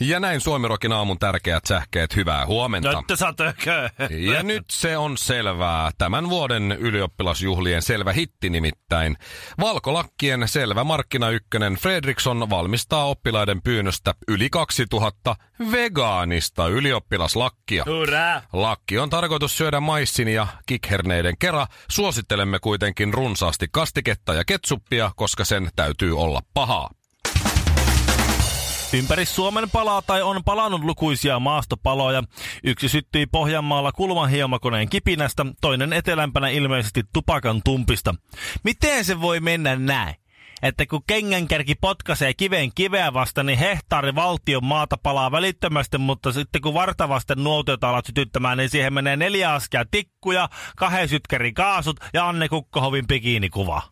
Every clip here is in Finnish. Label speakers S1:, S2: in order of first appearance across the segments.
S1: Ja näin Suomirokin aamun tärkeät sähkeet, hyvää huomenta.
S2: Nyt satökö.
S1: Ja nyt se on selvää. Tämän vuoden ylioppilasjuhlien selvä hitti nimittäin. Valkolakkien selvä markkina ykkönen Fredriksson valmistaa oppilaiden pyynnöstä yli 2000 vegaanista ylioppilaslakkia.
S2: Hurraa!
S1: Lakki on tarkoitus syödä maissin ja kikherneiden kera. Suosittelemme kuitenkin runsaasti kastiketta ja ketsuppia, koska sen täytyy olla pahaa.
S2: Ympäri Suomen palaa tai on palannut lukuisia maastopaloja. Yksi syttyi Pohjanmaalla kulman hiemakoneen kipinästä, toinen etelämpänä ilmeisesti tupakan tumpista. Miten se voi mennä näin? että kun kengänkärki potkaisee kiveen kiveä vasta, niin hehtaari valtion maata palaa välittömästi, mutta sitten kun vartavasten nuotiota alat sytyttämään, niin siihen menee neljä askia tikkuja, kahden sytkäri kaasut ja Anne Kukkohovin bikiinikuva.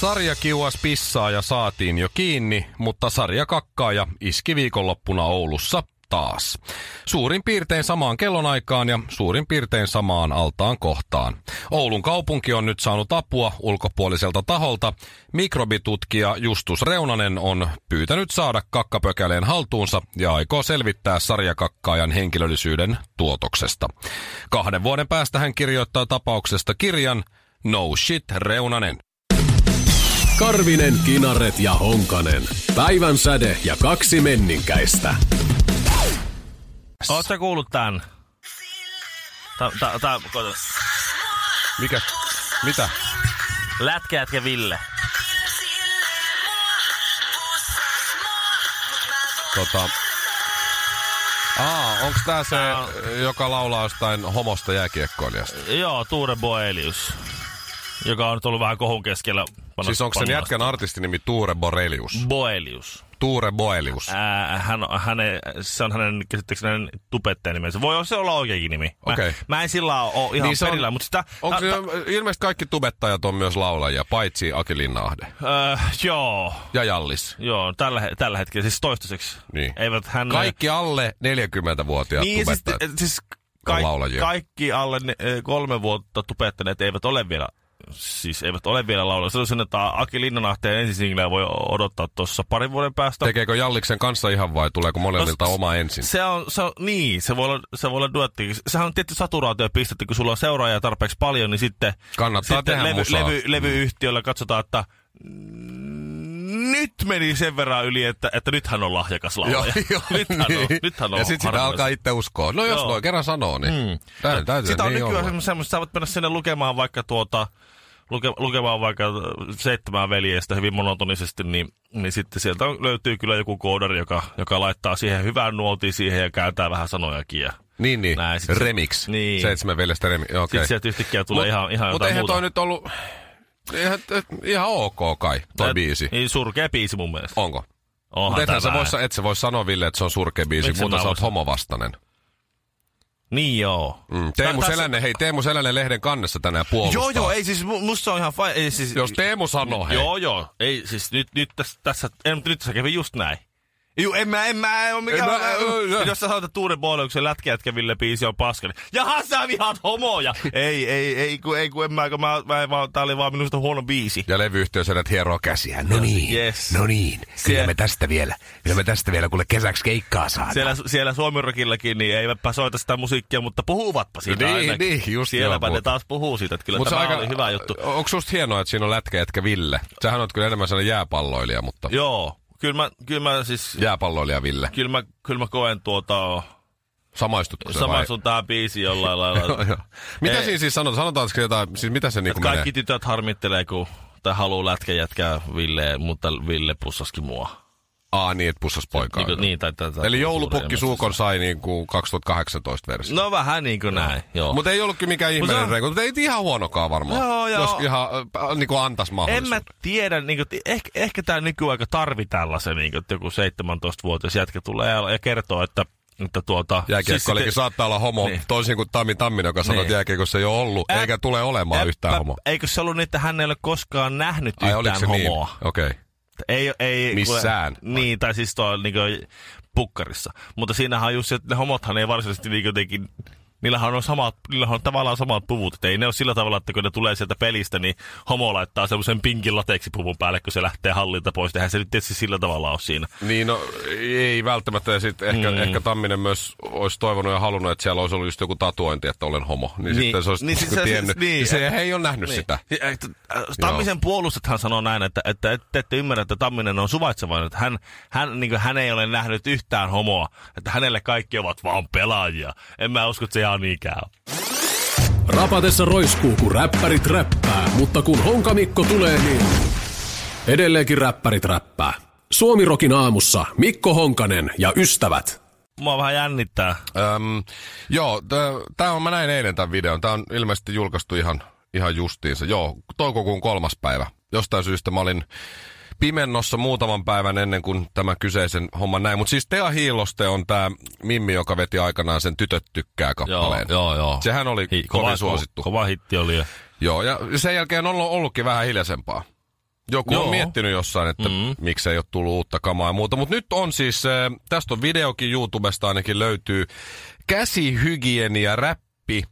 S1: Sarjakiuas pissaa ja saatiin jo kiinni, mutta sarja kakkaa ja iski viikonloppuna Oulussa taas. Suurin piirtein samaan kellonaikaan ja suurin piirtein samaan altaan kohtaan. Oulun kaupunki on nyt saanut apua ulkopuoliselta taholta. Mikrobitutkija Justus Reunanen on pyytänyt saada kakkapökäleen haltuunsa ja aikoo selvittää sarjakakkaajan henkilöllisyyden tuotoksesta. Kahden vuoden päästä hän kirjoittaa tapauksesta kirjan No Shit Reunanen.
S3: Karvinen, Kinaret ja Honkanen. Päivän säde ja kaksi menninkäistä.
S2: Oletko kuullut tän? Tää, tää, tää, koota.
S1: Mikä? Mitä?
S2: Lätkäätkä Ville.
S1: Tota... Aa, onks tää se,
S2: Tää on-
S1: joka laulaa jostain homosta jääkiekkoilijasta?
S2: Joo, Tuure Boelius, joka on nyt ollut vähän kohun keskellä. Panos,
S1: Siis onko sen
S2: panos-
S1: jätkän artistinimi Tuure Borelius?
S2: Boelius.
S1: Tuure Boelius.
S2: Ää, hän, häne, se on hänen käsittääkseni hänen tubettajan nimensä. Voi olla se olla oikeakin nimi. Mä,
S1: Okei.
S2: mä en sillä ole ihan
S1: Niin
S2: niin
S1: se on-
S2: perillä, mutta sitä...
S1: Onko
S2: ta-
S1: se, ilmeisesti kaikki tubettajat on myös laulajia, paitsi Aki Linnaahde
S2: ta- öö, joo,
S1: ja Jallis.
S2: joo tällä, he- tällä hetkellä, siis toistaiseksi.
S1: Niin.
S2: Eivät hän...
S1: Kaikki alle 40-vuotiaat
S2: niin, siis,
S1: tubettajat.
S2: eh, siis
S1: on
S2: kaik,
S1: laulajia.
S2: kaikki alle ne, eh, kolme vuotta tubettaneet eivät ole vielä siis eivät ole vielä laulajia. Sanoisin, että Aki Linnanahteen ensisingleä voi odottaa tuossa parin vuoden päästä.
S1: Tekeekö Jalliksen kanssa ihan vai tuleeko molemmilta
S2: No, s-
S1: oma ensin?
S2: Se on, se on, niin, se voi olla, se voi olla duetti. Sehän on tietty saturaatiopistettä, kun sulla on seuraajia tarpeeksi paljon, niin sitten,
S1: Kannattaa
S2: sitten
S1: tehdä
S2: levy,
S1: musaa. Mm.
S2: levy, levyyhtiöllä katsotaan, että nyt meni sen verran yli, että, että nythän on lahjakas laulaja. nythän on,
S1: niin.
S2: nythän on
S1: Ja sitten sitä
S2: harvinaista.
S1: alkaa itse uskoa. No jos
S2: Joo.
S1: noin kerran sanoo, niin mm. täytyy, täytyy
S2: Sitä on
S1: niin
S2: nykyään
S1: olla.
S2: semmoista, semmoista, sä voit mennä sinne lukemaan vaikka tuota, luke, lukemaan vaikka äh, seitsemää veljeistä hyvin monotonisesti, niin, niin sitten sieltä on- löytyy kyllä joku koodari, joka, joka laittaa siihen hyvään nuotiin siihen ja kääntää vähän sanojakin. Ja
S1: Niin, niin.
S2: Näin, sit se-
S1: remix.
S2: Niin.
S1: Seitsemän veljestä remix. Okay.
S2: sitten sieltä yhtäkkiä tulee ihan, ihan
S1: Mutta
S2: jotain
S1: eihän
S2: muuta.
S1: toi nyt ollut... Eihän, et, ihan ok kai, toi
S2: Et-
S1: biisi.
S2: Niin, surkea biisi mun mielestä.
S1: Onko?
S2: Onhan
S1: Mutta ethän
S2: tää
S1: sä
S2: vähän.
S1: vois, et sä voi sanoa Ville, että se on surkea biisi,
S2: Miksi
S1: mutta
S2: mä
S1: sä oot
S2: voisin?
S1: homovastainen.
S2: Niin joo.
S1: Mm. Teemu
S2: Tää- tässä-
S1: Selänne, hei Teemu Selänne lehden kannessa tänään puolustaa.
S2: Joo, joo, ei siis, mu- musta se on ihan... Fa- ei, siis,
S1: Jos Teemu sanoo, hei.
S2: Joo, joo. Ei, siis nyt, nyt tässä, tässä en, mutta nyt se kävi just näin. Juu, en mä, en mä, en ole mikään...
S1: En mä, en, en, en.
S2: Jos sä sanot, että Tuure Booleksen lätkäjätkäville biisi on paska, niin jaha sä vihaat homoja! ei, ei, ei, kun, ei, kun en mä, kun mä, mä en vaan, tää oli vaan minusta huono biisi.
S1: Ja levyyhtiössä hieroo käsiä. No niin,
S2: Yes.
S1: no niin. Kyllä
S2: Sie-
S1: me tästä vielä, kyllä me tästä vielä kuule kesäksi keikkaa saadaan.
S2: Siellä, siellä Suomirokillakin, niin eivät soita sitä musiikkia, mutta puhuvatpa siitä
S1: Niin,
S2: ainakin.
S1: niin, just
S2: Sielläpä
S1: joo,
S2: ne
S1: mutta-
S2: taas puhuu siitä, että kyllä
S1: Mut se
S2: tämä oli hyvä juttu.
S1: Onko susta hienoa, että siinä on lätkä etkä Ville? Sähän oot kyllä enemmän sellainen jääpalloilija, mutta
S2: Joo, kyllä mä, kyllä mä siis...
S1: jääpalloilija Ville.
S2: Kyllä mä, kyllä mä koen tuota,
S1: Samaistutko se vai?
S2: samaistun tähän biisiin jollain lailla.
S1: Joo, joo. mitä
S2: Ei.
S1: siinä siis sanotaan? Sanotaanko jotain, siis mitä se niinku
S2: Että
S1: menee?
S2: kaikki tytöt harmittelee, kun tai haluu lätkä jätkää Ville, mutta Ville pussaskin mua.
S1: Aa, niin, että pussas poikaa.
S2: Niin, niin, tai, tai, tai,
S1: Eli joulupukki suukon sai niin kuin 2018 versio.
S2: No vähän niin kuin näin, joo.
S1: Mutta ei ollut kyllä mikään ihmeellinen
S2: on-
S1: reiku, mutta ei ihan huonokaan varmaan.
S2: Joo, joo.
S1: Jos ihan äh, niin kuin antaisi
S2: en
S1: mahdollisuuden.
S2: mä tiedä, niin kuin, ehkä, ehkä tämä nykyaika tarvii tällaisen, niin kuin, että joku 17-vuotias jätkä tulee ja- ja kertoo, että, että tuota...
S1: Jääkiekkoilijakin
S2: sitten-
S1: saattaa olla homo,
S2: Niin.
S1: niin. toisin kuin Tami Tamminen, joka sanoi,
S2: Niin.
S1: että jääkiekossa ei ole ollut,
S2: Äp-
S1: eikä tule olemaan yhtään
S2: Äppä-
S1: homo.
S2: Eikö se ollut niin, että hän ei ole koskaan nähnyt
S1: Ai oliko se
S2: yhtään
S1: niin?
S2: homoa?
S1: Okei. Okay.
S2: Ei, ei,
S1: Missään.
S2: Kun, niin, tai siis tuo niin kuin, pukkarissa. Mutta siinähän on just se, että ne homothan ei varsinaisesti niin jotenkin... Niillähän on, samat, niillähän on tavallaan samat puvut. Et ei ne ole sillä tavalla, että kun ne tulee sieltä pelistä, niin homo laittaa semmoisen pinkin lateksipuvun päälle, kun se lähtee hallilta pois. Eihän se nyt tietysti sillä tavalla ole siinä.
S1: Niin, no ei välttämättä. Ja sit ehkä, mm. ehkä Tamminen myös olisi toivonut ja halunnut, että siellä olisi ollut just joku tatuointi, että olen homo. Niin,
S2: Niin.
S1: sitten se olisi
S2: Niin,
S1: niin,
S2: siis
S1: siis
S2: se-
S1: tiennyt.
S2: siis- niin.
S1: Niin, se ei ole nähnyt niin. sitä.
S2: Ja, että, äh, Tammisen puolustethan sanoo näin, että, että et- te ette ymmärrä, että Tamminen on suvaitsevainen. Että hän, hän, niin hän ei ole nähnyt yhtään homoa. Että hänelle kaikki ovat vaan pelaajia. En mä usko, että se ihan niinkään on.
S3: Rapatessa roiskuu, kun räppärit räppää, mutta kun Honkamikko tulee, niin edelleenkin räppärit räppää. Suomirokin aamussa Mikko Honkanen ja ystävät.
S2: Mua vähän jännittää.
S1: Öm, joo, tämä on, mä näin eilen tämän videon. Tämä on ilmeisesti julkaistu ihan, ihan justiinsa. Joo, toukokuun kolmas päivä. Jostain syystä mä olin pimennossa muutaman päivän ennen kuin tämä kyseisen homman näin. Mutta siis Tea Hiiloste on tämä Mimmi, joka veti aikanaan sen Tytöt tykkää kappaleen.
S2: joo, joo.
S1: Sehän oli
S2: Hi-
S1: kovin suosittu.
S2: Kova hitti oli. Ja.
S1: Joo, ja sen jälkeen on ollut- ollutkin vähän hiljaisempaa. Joku Joo.
S2: Joo.
S1: on miettinyt jossain, että mm. miksei ole tullut uutta kamaa ja muuta. Mutta nyt on siis, äh, tästä on videokin YouTubesta ainakin löytyy, käsihygienia räppi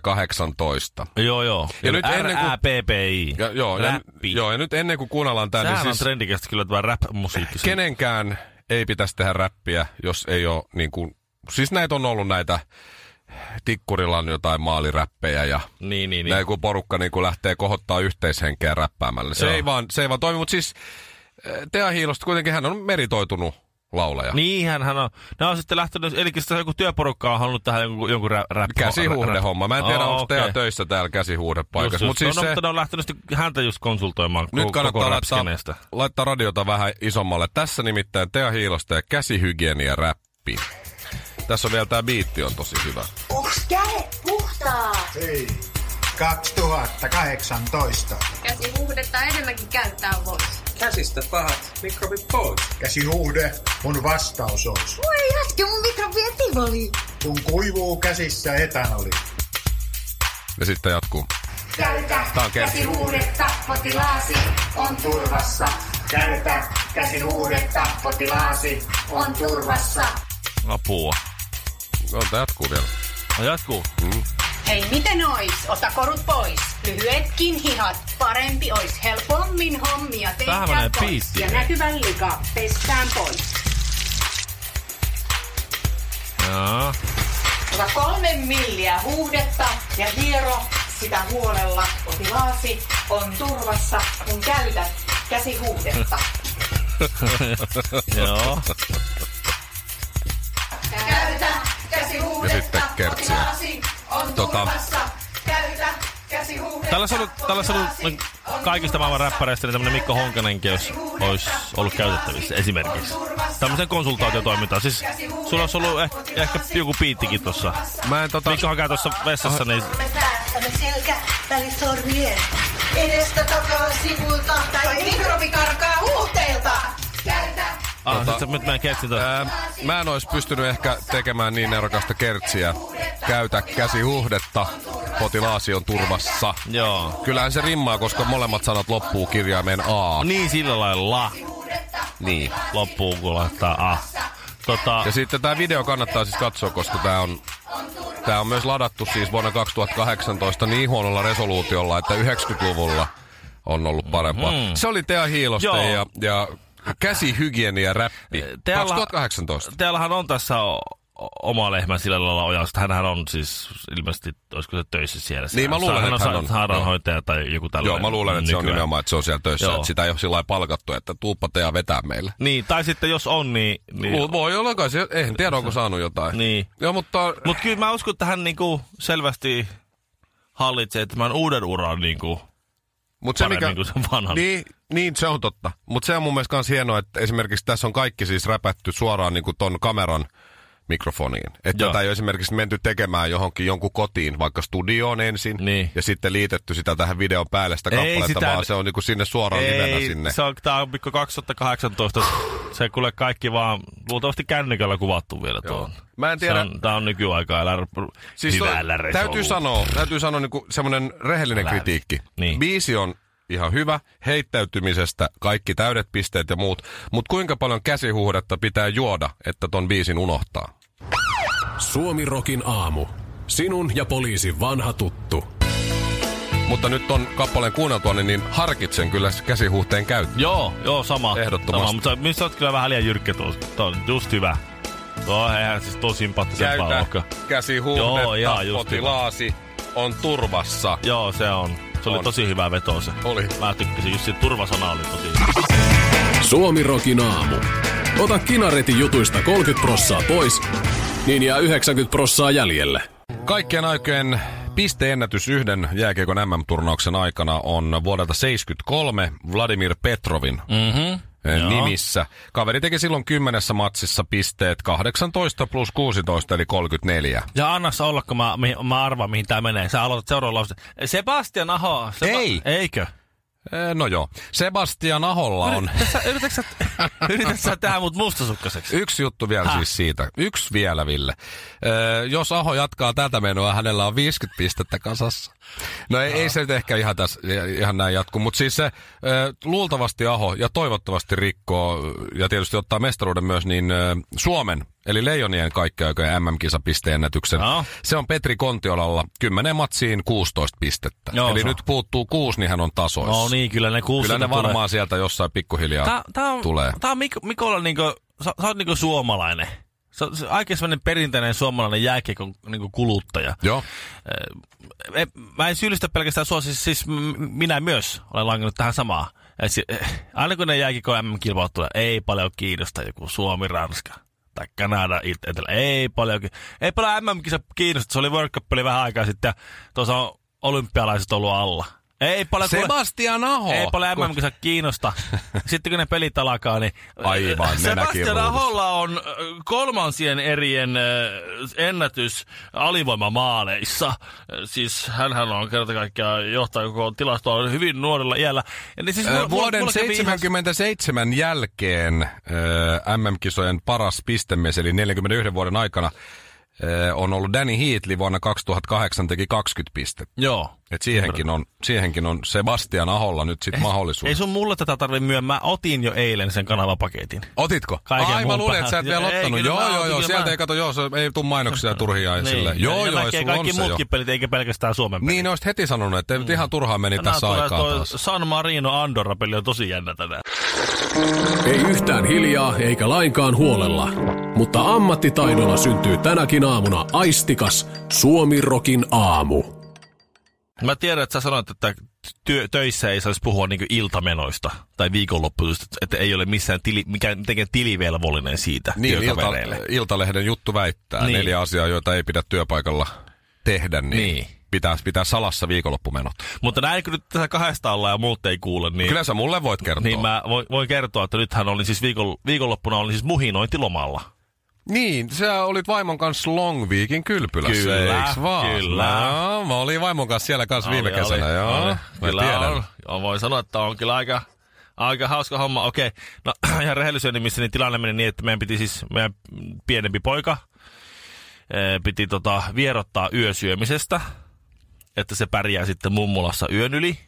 S1: 2018.
S2: Joo, joo.
S1: Ja nyt ennen kuin-
S2: RAPPI.
S1: Ja, joo, ja,
S2: Räppi.
S1: joo, ja nyt ennen kuin kuunnellaan tämä,
S2: Sehän
S1: niin
S2: on
S1: siis
S2: trendikästä kyllä tämä rap-musiikki.
S1: kenenkään ei pitäisi tehdä räppiä, jos ei ole niin kuin, siis näitä on ollut näitä, Tikkurilla on jotain maaliräppejä ja
S2: Niin, niin,
S1: niin.
S2: niin.
S1: näin kun porukka niin kun lähtee kohottaa yhteishenkeä räppäämällä. Se
S2: Joo.
S1: ei, vaan, se ei vaan toimi, mutta siis äh, Tea Hiilosta kuitenkin hän on meritoitunut laulaja.
S2: Niinhän hän on. Ne on sitten lähtenyt, eli sitä joku työporukka on halunnut tähän jonkun, jonkun rä, rap,
S1: Käsihuuhdehomma. Mä en tiedä,
S2: Oh,
S1: onko Tea
S2: okei.
S1: töissä täällä
S2: Just,
S1: käsihuuhdepaikassa.
S2: just.
S1: Mutta siis
S2: no,
S1: se,
S2: mutta ne on lähtenyt sitten häntä just konsultoimaan
S1: nyt
S2: ko- koko
S1: kannattaa laittaa,
S2: rapskeneestä.
S1: laittaa radiota vähän isommalle. Tässä nimittäin Tea Hiilosta ja käsihygienia räppi. Tässä on vielä tää biitti on tosi hyvä.
S4: Onks kädet puhtaa?
S5: Ei. 2018.
S6: Käsi huuhdetta enemmänkin käyttää voisi.
S7: Käsistä pahat mikrobit pois.
S5: Käsihuhde on vastausois.
S4: Voi jätkä, mun mikrofoni etivoli.
S5: Kun kuivuu käsissä etanoli.
S1: Ja sitten jatkuu.
S4: Käytä
S1: Tää on kerta.
S4: käsihuudetta, potilaasi on turvassa. Käytä käsihuudetta, potilaasi on turvassa.
S2: Apua.
S1: No, tää jatkuu vielä.
S2: No, jatkuu.
S6: Hei, miten ois? Ota korut pois. Lyhyetkin hihat. Parempi ois helpommin hommia tehdä
S2: Vähän menee
S6: pois.
S2: biittiin.
S6: Ja näkyvän lika pestään pois.
S1: Mm.
S2: Jaa.
S6: Ota kolme milliä huuhdetta ja hiero sitä huolella. Potilaasi on turvassa, kun käytät käsihuudetta.
S2: Joo.
S6: Käytä käsihuudetta.
S1: Ja sitten kertsiä.
S6: Potilaasi on
S1: Tota.
S6: turvassa. Käytä käsihuudetta.
S2: Tällä on ollut, tällä on ollut niin kaikista maailman räppäreistä niin tämmönen Mikko Honkanenkin, jos olisi ollut käytettävissä esimerkiksi. Tämmöisen konsultaatiotoimintaan. Siis sulla olisi ollut ehkä, ehkä joku piittikin tuossa.
S1: Mä en tota...
S2: Mikko hakee tuossa vessassa, niin
S4: Me päästämme selkä välisormien. Edestä takaa sivulta tai mikrobi karkaa huuhteilta. Käytä
S2: ah, sit se, nyt mä en keksin tuossa.
S1: Tota- Ää, mä en olisi pystynyt ehkä tekemään niin nerokasta kertsiä. Käytä käsihuhdetta, potilaasi on turvassa.
S2: Joo.
S1: Kyllähän se rimmaa, koska molemmat sanat loppuu kirjaimen A.
S2: Niin sillä lailla
S1: Niin.
S2: loppuun, kun laittaa ah. Tota,
S1: Ja sitten tämä video kannattaa siis katsoa, koska tämä on, tää on myös ladattu siis vuonna 2018 niin huonolla resoluutiolla, että 90-luvulla on ollut parempaa. Mm. Se oli Tea
S2: Joo.
S1: Hiiloste ja, ja käsihygienia räppi.
S2: Tealla-
S1: 2018.
S2: Täällähän on tässä o- o- oma lehmä sillä lailla ojasta. Hänhän on siis ilmeisesti, olisiko se töissä siellä.
S1: Niin, mä luulen,
S2: hän
S1: että hän on.
S2: sairaanhoitaja tai joku tällainen.
S1: Joo, mä luulen, että se on
S2: nykyään.
S1: nimenomaan, että se on siellä töissä.
S2: Joo.
S1: Että sitä ei ole sillä lailla palkattu, että tuuppa ja vetää meille.
S2: Niin, tai sitten jos on, niin... niin
S1: Niin. Voi olla kai se, eihän tiedä, onko saanut jotain.
S2: Niin.
S1: Joo, mutta
S2: Mut kyllä mä uskon, että hän niinku selvästi hallitsee tämän uuden uran niinku
S1: Mut
S2: paremmin kuin se vanha.
S1: Niin, niin, se on totta. Mutta se on mun mielestä kans hienoa, että esimerkiksi tässä on kaikki siis räpätty suoraan niin kuin ton kameran mikrofoniin. Että
S2: Joo.
S1: tätä ei ole esimerkiksi menty tekemään johonkin jonkun kotiin, vaikka studioon ensin,
S2: Niin.
S1: ja sitten liitetty sitä tähän videon päälle sitä
S2: Ei
S1: kappaletta,
S2: sitä-
S1: vaan se on niin kuin sinne suoraan livenä sinne.
S2: se on, tää on pikku 2018. se kuule kaikki vaan luultavasti kännykällä kuvattu vielä tuo.
S1: Mä en tiedä-
S2: Se on, tää on nykyaikaa, älä rup- siis
S1: toi-
S2: hyvällä
S1: täytyy sanoa, täytyy sanoa niinku semmoinen rehellinen
S2: Älä-
S1: kritiikki.
S2: niin.
S1: Biisi on ihan hyvä, heittäytymisestä kaikki täydet pisteet ja muut, mutta kuinka paljon käsihuhdetta pitää juoda, että ton biisin unohtaa?
S3: Suomi Rokin aamu. Sinun ja poliisi vanha tuttu.
S1: Mutta nyt on kappaleen kuunneltua, niin, niin harkitsen kyllä käsihuhteen käyttöä.
S2: Joo, joo, sama.
S1: Ehdottomasti.
S2: Sama, mutta minusta oot kyllä vähän liian jyrkkä tuossa. Tuo on just hyvä. Tuo eihän siis tosi sympaattisempaa olekaan. Joo,
S1: käsihuhdetta,
S2: ihan just
S1: potilaasi on turvassa.
S2: Joo, se on. Se oli
S1: On.
S2: tosi hyvä veto se.
S1: Oli.
S2: Mä tykkäsin, just se turvasana oli tosi hyvä.
S3: Suomi Rokin aamu. Ota kinaretin jutuista 30 prossaa pois, niin jää 90 prossaa jäljelle.
S1: Kaikkien aikojen pisteennätys yhden jääkiekon MM-turnauksen aikana on vuodelta 73 Vladimir Petrovin mm-hmm. nimissä. Kaveri teki silloin kymmenessä matsissa pisteet 18 plus 16 eli 34.
S2: Ja anna se olla, kun mä, mihin- mä arvaan, mihin tää menee. Sä aloitat seuraavan lauseen. Sebastian Aho. Seba-
S1: Ei.
S2: Eikö?
S1: Eh, No joo, Sebastian Aholla on
S2: Yrität sä, yrität sä, yrität sä tehdä mut mustasukkaseksi?
S1: yksi juttu vielä
S2: Häh?
S1: siis siitä. Yksi vielä, Ville. Eh, Jos Aho jatkaa tätä menoa, hänellä on 50 pistettä kasassa. No ei, ei se nyt ehkä ihan, tässä, ihan näin jatku, mutta siis se eh, luultavasti Aho ja toivottavasti rikkoo ja tietysti ottaa mestaruuden myös niin eh, Suomen eli Leijonien kaikkiaikojen MM-kisapisteennätyksen.
S2: Joo.
S1: Se on Petri Kontiolalla 10 matsiin 16 pistettä.
S2: Joo,
S1: eli
S2: se on.
S1: nyt puuttuu kuusi, niin hän on tasoissa.
S2: No niin, kyllä ne kuusi
S1: Kyllä ne
S2: tulee.
S1: varmaan sieltä jossain pikkuhiljaa
S2: Tää, tää on,
S1: tulee.
S2: Tää on Mik- Mikolla niinku, sä, sä oot niinku suomalainen. Sä, sä aika semmonen perinteinen suomalainen jääkiekon niinku kuluttaja.
S1: Joo.
S2: E, mä en syyllistä pelkästään sua, siis, siis m- minä myös olen langannut tähän samaan. Et si- eh, aina kun ne jääkiekon MM-kilpailut tulee, ei paljon kiinnosta joku Suomi, Ranska tai Kanada, It- Etelä, ei paljon, ki- ei paljon MM-kisa kiinnosta, se oli World Cup oli vähän aikaa sitten ja tuossa on olympialaiset ollut alla. Ei paljon, kuule-
S1: Sebastian Aho!
S2: ei paljon MM-kisa kiinnosta. Sitten kun ne pelit alkaa, niin...
S1: Aivan, ne näkee
S2: Sebastian
S1: ruudussa.
S2: Aholla on äh, kolmansien erien äh, ennätys alivoimamaaleissa. Äh, Siis hänhän on kerta kaikkiaan johtaja koko tilastoa hyvin nuorella iällä. Ja niin siis
S1: Ö,
S2: mulla-
S1: Äh, Vuoden
S2: mulla kävi ihan-
S1: 77 jälkeen ö, MM-kisojen paras pistemies, eli 41 vuoden aikana, ö, on ollut Danny Heatley vuonna 2008 teki 20 pistettä.
S2: Joo.
S1: Et siihenkin, on, siihenkin on Sebastian Aholla nyt sitten
S2: Ei
S1: mahdollisuus.
S2: sun mulle tätä tarvi myöntää. Mä otin jo eilen sen kanavapaketin.
S1: Otitko?
S2: Kaiken
S1: Ai mä
S2: muun
S1: luulin, että sä et
S2: päälle.
S1: vielä
S2: Ei,
S1: ottanut.
S2: kyllä mä
S1: joo, joo,
S2: otin,
S1: joo.
S2: kyllä
S1: Sieltä
S2: mä- Niin.
S1: ei kato, joo, se, ei tuu mainoksia ja turhia ja sille. Joo,
S2: ja
S1: joo, ei,
S2: näkee
S1: sulla on
S2: kaikki
S1: se jo.
S2: muutkin pelit, eikä pelkästään Suomen pelit.
S1: Niin, ne olisit heti sanonut, että nyt ihan turhaan meni
S2: Tänään
S1: tässä
S2: Niin. tulee
S1: aikaa
S2: toi
S1: taas.
S2: San Marino Andorra-peli on tosi jännä tänään.
S3: Ei yhtään hiljaa eikä lainkaan huolella, mutta ammattitaidolla syntyy tänäkin aamuna aistikas Suomi Rokin aamu.
S2: Mä tiedän, että sä sanoit, että työ, töissä ei saisi puhua niinku iltamenoista tai viikonloppuista, että ei ole missään tili, mikään, mitenkään tilivelvollinen siitä
S1: Niin, ilta,
S2: työkavereille.
S1: Iltalehden juttu väittää niin.
S2: Niin.
S1: neljä asiaa, joita ei pidä työpaikalla tehdä, niin, niin.
S2: Niin.
S1: pitää pitää salassa viikonloppumenot.
S2: Mutta näin kun nyt tässä kahdesta ollaan ja muut ei kuule, niin,
S1: Kyllä sä mulle voit kertoa.
S2: niin mä voin, voin kertoa, että nythän olin siis viikon, viikonloppuna olin siis muhinointilomalla.
S1: niin, sä olit vaimon kanssa Long Weekin kylpylässä,
S2: Kyllä,
S1: eiks vaan?
S2: kyllä.
S1: No, mä olin vaimon kanssa siellä kanssa viime
S2: Oli,
S1: kesänä,
S2: oli,
S1: joo.
S2: oli.
S1: Mä
S2: Kyllä
S1: tiedän.
S2: on. Joo, voin sanoa, että on kyllä aika, aika hauska homma. Okei, no ihan rehellisyyden nimissä niin tilanne meni niin, että meidän piti siis, meidän pienempi poika eh, piti tota, vierottaa yösyömisestä, että se pärjää sitten mummolassa yön yli.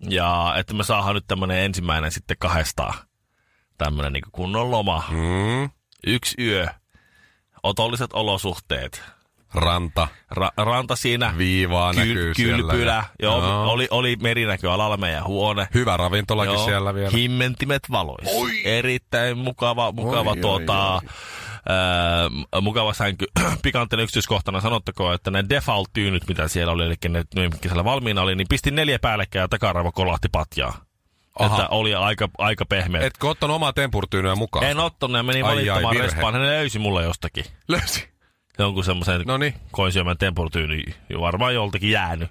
S2: Ja että me saadaan nyt tämmönen ensimmäinen sitten kahdestaan tämmönen niin kunnon loma.
S1: Mm,
S2: Yksi yö, otolliset olosuhteet,
S1: ranta,
S2: ra- ranta siinä,
S1: viivaa näkyy
S2: Kyl,
S1: siellä.
S2: kylpylä, joo,
S1: Joo.
S2: oli, oli merinäköalalla meidän huone.
S1: Hyvä ravintolakin
S2: Joo,
S1: siellä vielä.
S2: Himmentimet valoissa. Oi. Erittäin mukava, mukava,
S1: Oi,
S2: oi,
S1: oi,
S2: tuota, oi, Öö, mukava sänky. Pikanttinen yksityiskohtana sanottakoon, että ne default-tyynyt, mitä siellä oli, eli ne, ne mitkä siellä valmiina oli, niin pistin neljä päällekkäin ja takaraivo kolahti patjaa.
S1: Aha.
S2: Aha. Että oli aika, aika pehmeä. Et,
S1: Etkö ottanut omaa tempurtyynyä mukaan?
S2: en ottanut, ne meni
S1: Ai, ai,
S2: valittamaan
S1: virhe.
S2: respaan. Ne löysi mulla jostakin
S1: Löysi.
S2: jonkun semmoisen
S1: Noniin.
S2: koin syömän tempurtyyni varmaan joltakin jäänyt.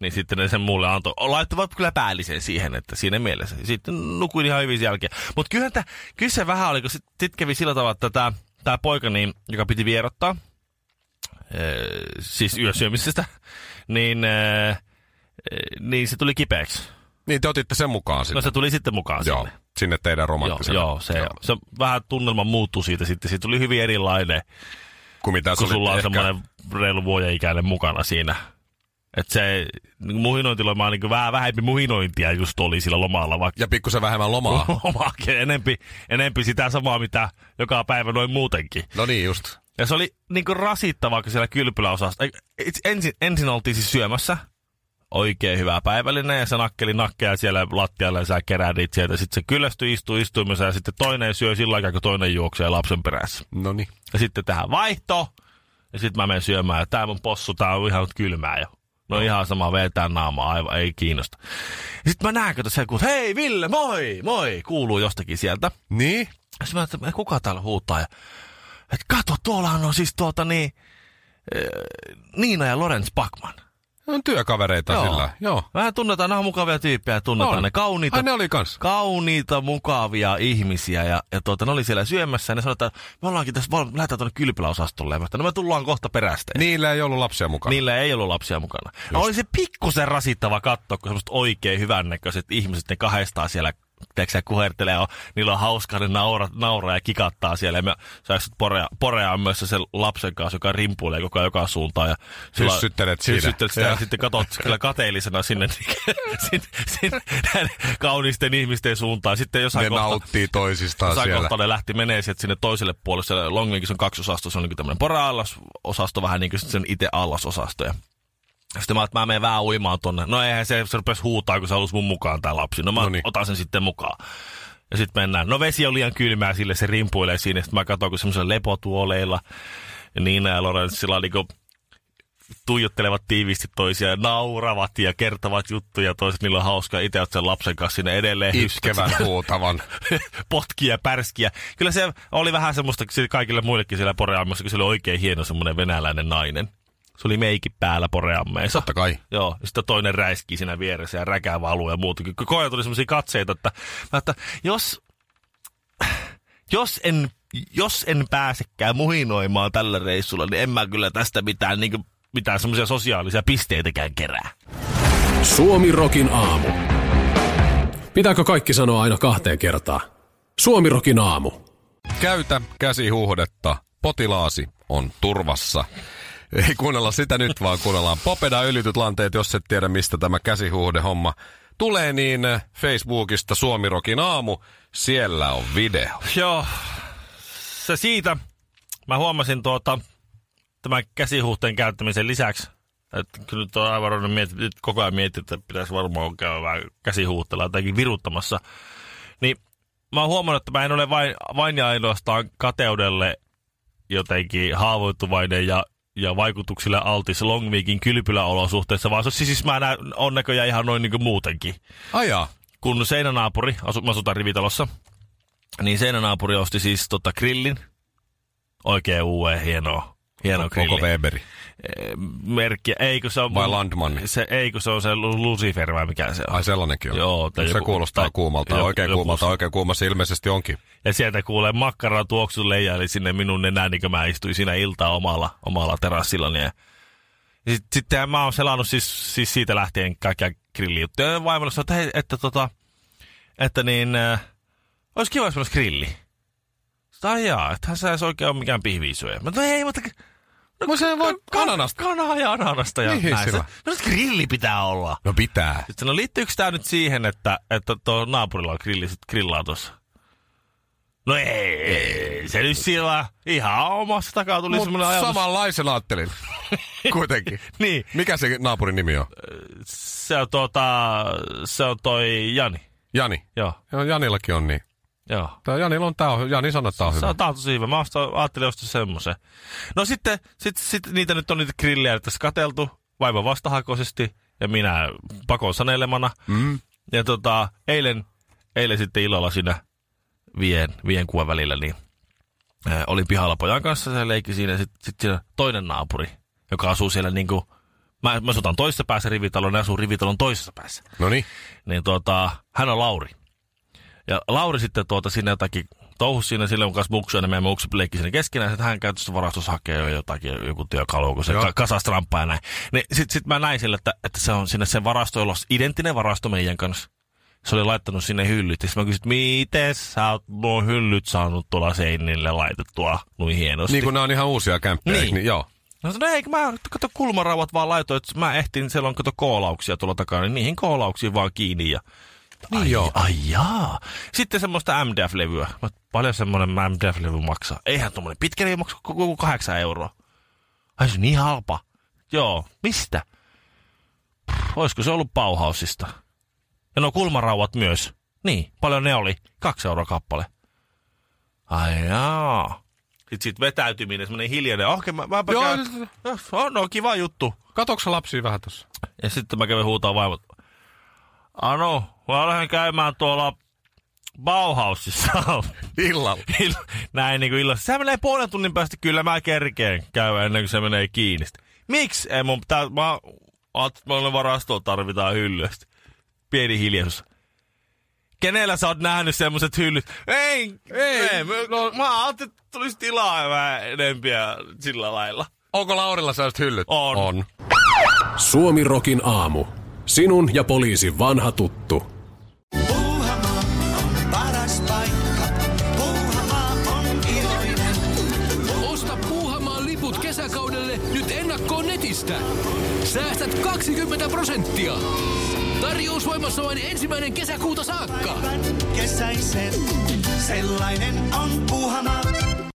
S2: Niin sitten ne sen mulle antoi. Laittavat kyllä päällisen siihen, että siinä mielessä. Sitten nukuin ihan hyvin sen jälkeen. Mutta kyllähän tää, kyllä se vähän oli, kun sitten sit kävi sillä tavalla, että tämä tää poika, niin, joka piti vierottaa, öö, siis yösyömisestä, niin, öö, niin se tuli kipeäksi.
S1: Niin te otitte sen mukaan sinne.
S2: No se tuli sitten mukaan
S1: joo,
S2: sinne.
S1: sinne teidän
S2: Joo,
S1: romanttiselle.
S2: joo, se, joo. se vähän tunnelma muuttui siitä sitten. Siitä tuli hyvin erilainen,
S1: Kun mitä
S2: kun
S1: sä olit
S2: sulla on
S1: ehkä-
S2: semmoinen reilu vuoden ikäinen mukana siinä. Että se niin muhinointilla on niin vähän vähempi muhinointia just oli sillä lomalla, vaikka
S1: Ja pikkusen vähemmän lomaa.
S2: omaakin enempi, enempi sitä samaa, mitä joka päivä noin muutenkin.
S1: no niin just.
S2: Ja se oli niinku rasittavaa, kun siellä kylpyläosassa... ei, itse- Ensin, ensin oltiin siis syömässä oikein hyvää päivällinen ja se nakkeli nakkeja siellä lattialla ja sä keräät itse. Ja sitten se kyllästyi, istuu istuimessa ja sitten toinen syö sillä aikaa, kun toinen juoksee lapsen perässä.
S1: No niin.
S2: Ja sitten tähän vaihto. Ja sitten mä menen syömään. Ja tää mun possu, tää on ihan kylmää jo. No ihan sama, vetää naamaa, aivan ei kiinnosta. Sitten mä näen, että se kuuluu, hei Ville, moi, moi, kuuluu jostakin sieltä.
S1: Niin?
S2: Sitten mä ajattelin, että kuka täällä huutaa. Ja, että kato, tuollahan on siis tuota niin, äh, Niina ja Lorenz Pakman.
S1: Ne On työkavereita sillä. Joo.
S2: Vähän tunnetaan, nämä on mukavia tyyppejä, tunnetaan
S1: On.
S2: ne kauniita.
S1: Ai ne oli kans.
S2: Kauniita, mukavia ihmisiä ja, ja tuota, ne oli siellä syömässä ja ne sanoi, että me ollaankin tässä, valmi- me lähdetään tuonne kylpiläosastolle. Ja mä sanoin, no me tullaan kohta perästä.
S1: Niillä ei ollut lapsia mukana.
S2: Niillä ei ollut lapsia mukana. No, oli se pikkusen rasittava katsoa, kun semmoiset oikein hyvännäköiset ihmiset, ne kahdestaan siellä tiedätkö, sä, kuhertelee, ja on- niillä on hauskaa, ne naura, nauraa ja kikattaa siellä. Ja me, sä istut porea, porea myös sen lapsen kanssa, joka rimpuilee koko ajan joka suuntaan. Ja sillä-
S1: Hyssyttelet siinä.
S2: Hyssyttelet sitä ja
S1: Joo.
S2: sitten katot kyllä kateellisena sinne, sinne, sinne näiden kaunisten ihmisten suuntaan. Sitten jossain
S1: ne nauttii toisistaan
S2: Jossain
S1: siellä.
S2: kohtaa ne lähti menee sieltä sinne toiselle puolelle. Siellä Longinkin on kaksi osastoa. Se on niin tämmöinen pora-allasosasto, vähän niin kuin sit sen itse allasosasto. Ja sitten mä ajattelin, että mä menen vähän uimaan tonne. No eihän se, se rupesi huutaa, kun se halusi mun mukaan tää lapsi. No mä
S1: Noniin.
S2: otan sen sitten mukaan. Ja sitten mennään. No vesi on liian kylmää sille, se rimpuilee siinä. Sitten mä katsoin, kun semmoisella lepotuoleilla Niina ja Lorenzilla niinku tuijottelevat tiiviisti toisia, ja nauravat ja kertovat juttuja toiset, niillä on hauskaa. Itse oot sen lapsen kanssa sinne edelleen
S1: Itkevän huutavan.
S2: potkia, pärskiä. Kyllä se oli vähän semmoista sille kaikille muillekin siellä poreammassa, kun se oli oikein hieno semmoinen venäläinen nainen. Se oli meikki päällä poreammeessa.
S1: Totta kai.
S2: Joo, ja sitten toinen räiski siinä vieressä ja räkä valuu ja muuta. Kyllä Koko ajan tuli semmoisia katseita, että, mä, että jos, jos, en, jos en pääsekään muhinoimaan tällä reissulla, niin en mä kyllä tästä mitään, niin kuin, mitään semmoisia sosiaalisia pisteitäkään kerää.
S3: Suomi Rokin aamu. Pitääkö kaikki sanoa aina kahteen kertaan? Suomi Rokin aamu.
S1: Käytä käsihuhdetta. Potilaasi on turvassa. Ei kuunnella sitä nyt, vaan kuunnellaan Popeda ylityt lanteet, jos et tiedä mistä tämä käsihuhdehomma tulee, niin Facebookista Suomirokin aamu, siellä on video.
S2: Joo, se siitä. Mä huomasin tuota, tämän käsihuhteen käyttämisen lisäksi, että kyllä nyt on aivan ruvennut miet- nyt koko ajan miettiä, että pitäisi varmaan käydä vähän käsihuhteella jotakin viruttamassa. Niin mä oon huomannut, että mä en ole vain, vain ja ainoastaan kateudelle jotenkin haavoittuvainen ja ja vaikutuksille altis Longviikin kylpyläolosuhteissa, vaan se on- siis mä näen, on näköjään ihan noin niin kuin muutenkin
S1: Ajaa.
S2: kun seinänaapuri, asu, mä asutaan rivitalossa, niin seinänaapuri osti siis tota grillin. Oikein uue, hienoa.
S1: No
S2: Hieno grilli.
S1: Koko Weberi.
S2: Merkki. Eikö se on...
S1: Vai Landmanni?
S2: Se, eikö se on se Lu- Lucifer vai mikä se on?
S1: Ai sellainenkin on.
S2: Joo, tai
S1: se
S2: joku-
S1: kuulostaa
S2: tai-
S1: kuumalta,
S2: joku-
S1: oikein
S2: joku-
S1: kuumalta, oikein kuuma se ilmeisesti onkin.
S2: Ja sieltä kuulee makkaraa tuoksu leijaili sinne minun nenään, niin kuin mä istuin siinä iltaa omalla, omalla terassillani. Ja sitten sit mä oon selannut siis, siis siitä lähtien kaikkia grillijuttuja. Ja Vaimolle sanoi, että, hei, että, tota, että niin, äh, olisi kiva, jos olisi grilli. Tai jaa, ethän sä edes oikein ole mikään pihviisyöjä. Mä sanoin, no ei, mutta
S1: No se voi kananasta.
S2: kanaa ja ananasta ja
S1: Niin,
S2: näin.
S1: sillä.
S2: No nyt grilli pitää olla.
S1: No pitää.
S2: Sitten no liittyykö tämä nyt siihen, että, että tuo naapurilla on grilli, sit grillaa tuossa? No ei, ei, se nyt sillä ihan omassa takaa tuli
S1: Mut
S2: semmoinen ajatus.
S1: samanlaisen ajattelin. Kuitenkin.
S2: Niin,
S1: Mikä se naapurin nimi on?
S2: se on, tuota, se on toi Jani.
S1: Jani.
S2: Joo,
S1: Joo, Janillakin on niin.
S2: joo.
S1: Tää Janilla on, tää on, Jani sanoi, että tää on
S2: Se
S1: hyvä.
S2: on tahtosi hyvä. Mä osta- ajattelin ostaa semmoisen. No sitten sit, sit, niitä nyt on niitä grillejä tässä kateltu, vaiva vastahakoisesti ja minä pakon sanelemana.
S1: Mm.
S2: Ja tota, eilen, eilen sitten illalla siinä vien, vien kuvan välillä, niin äh, ää, oli pihalla pojan kanssa, se leikki siinä, sitten sit siinä toinen naapuri, joka asuu siellä niinku, Mä, mä asutan toisessa päässä rivitalon ja asun rivitalon toisessa päässä.
S1: No niin.
S2: Niin tuota, hän on Lauri. Ja Lauri sitten tuota sinne jotakin touhus siinä silloin, kun kanssa muksuja, niin meidän muksu leikki sinne keskenään, että hän käytössä varastossa hakee jo jotakin, joku työkalu, kun se
S1: Joo.
S2: ka- kasastramppaa ja näin. Niin sit, sit mä näin sille, että, että se on sinne sen varasto, jolla on identtinen varasto meidän kanssa. Se oli laittanut sinne hyllyt. Ja sit mä kysyin, että miten sä oot nuo hyllyt saanut tuolla seinille laitettua noin hienosti.
S1: Niin kun nämä on ihan uusia kämppejä,
S2: Niin.
S1: niin. niin joo.
S2: No sanoin, eikö mä kato kulmarauvat vaan laitoin, että mä ehtin, siellä on kato koolauksia tuolla takana, niin niihin koolauksiin vaan kiinni ja...
S1: Niin
S2: ai,
S1: joo.
S2: ai jaa. Sitten semmoista MDF-levyä. Mä, paljon semmoinen MDF-levy maksaa? Eihän tuommoinen pitkä levy maksaa koko koko kahdeksan euroa. Ai se on niin halpa. Joo, mistä? Pff, olisiko se ollut Bauhausista? Ja no kulmarauvat myös. Niin, paljon ne oli. Kaksi euroa kappale. Ai jaa. Sitten sit vetäytyminen, semmoinen hiljainen. Okei, mä, mäpä
S1: Joo,
S2: käyn.
S1: nyt-
S2: No, on, no, kiva juttu.
S1: Katoksa lapsia vähän tuossa?
S2: Ja sitten mä kävin huutaa vaimot. Anu, mä lähden käymään tuolla Bauhausissa.
S1: Illalla.
S2: Ill- Näin niin kuin illassa. Sehän menee puolen tunnin päästä, kyllä mä kerkeen käy ennen kuin se menee kiinni. Sitten, Miksi? Ei mun pitää, mä ajattelin, että mulle varastoa tarvitaan hyllystä. Pieni hiljaisuus. Kenellä sä oot nähnyt semmoset hyllyt? Ei, ei, ei mä, no, mä ajattelin, että tulisi tilaa vähän enempiä sillä lailla.
S1: Onko Laurilla sellaiset hyllyt?
S2: On.
S1: on.
S3: Suomi Rokin aamu. Sinun ja poliisin vanha tuttu. Osta Puuhamaan liput kesäkaudelle nyt ennakkoon netistä. Säästät 20 prosenttia. Tarjous voimassa vain ensimmäinen kesäkuuta saakka.
S8: kesäisen. Sellainen on puhana.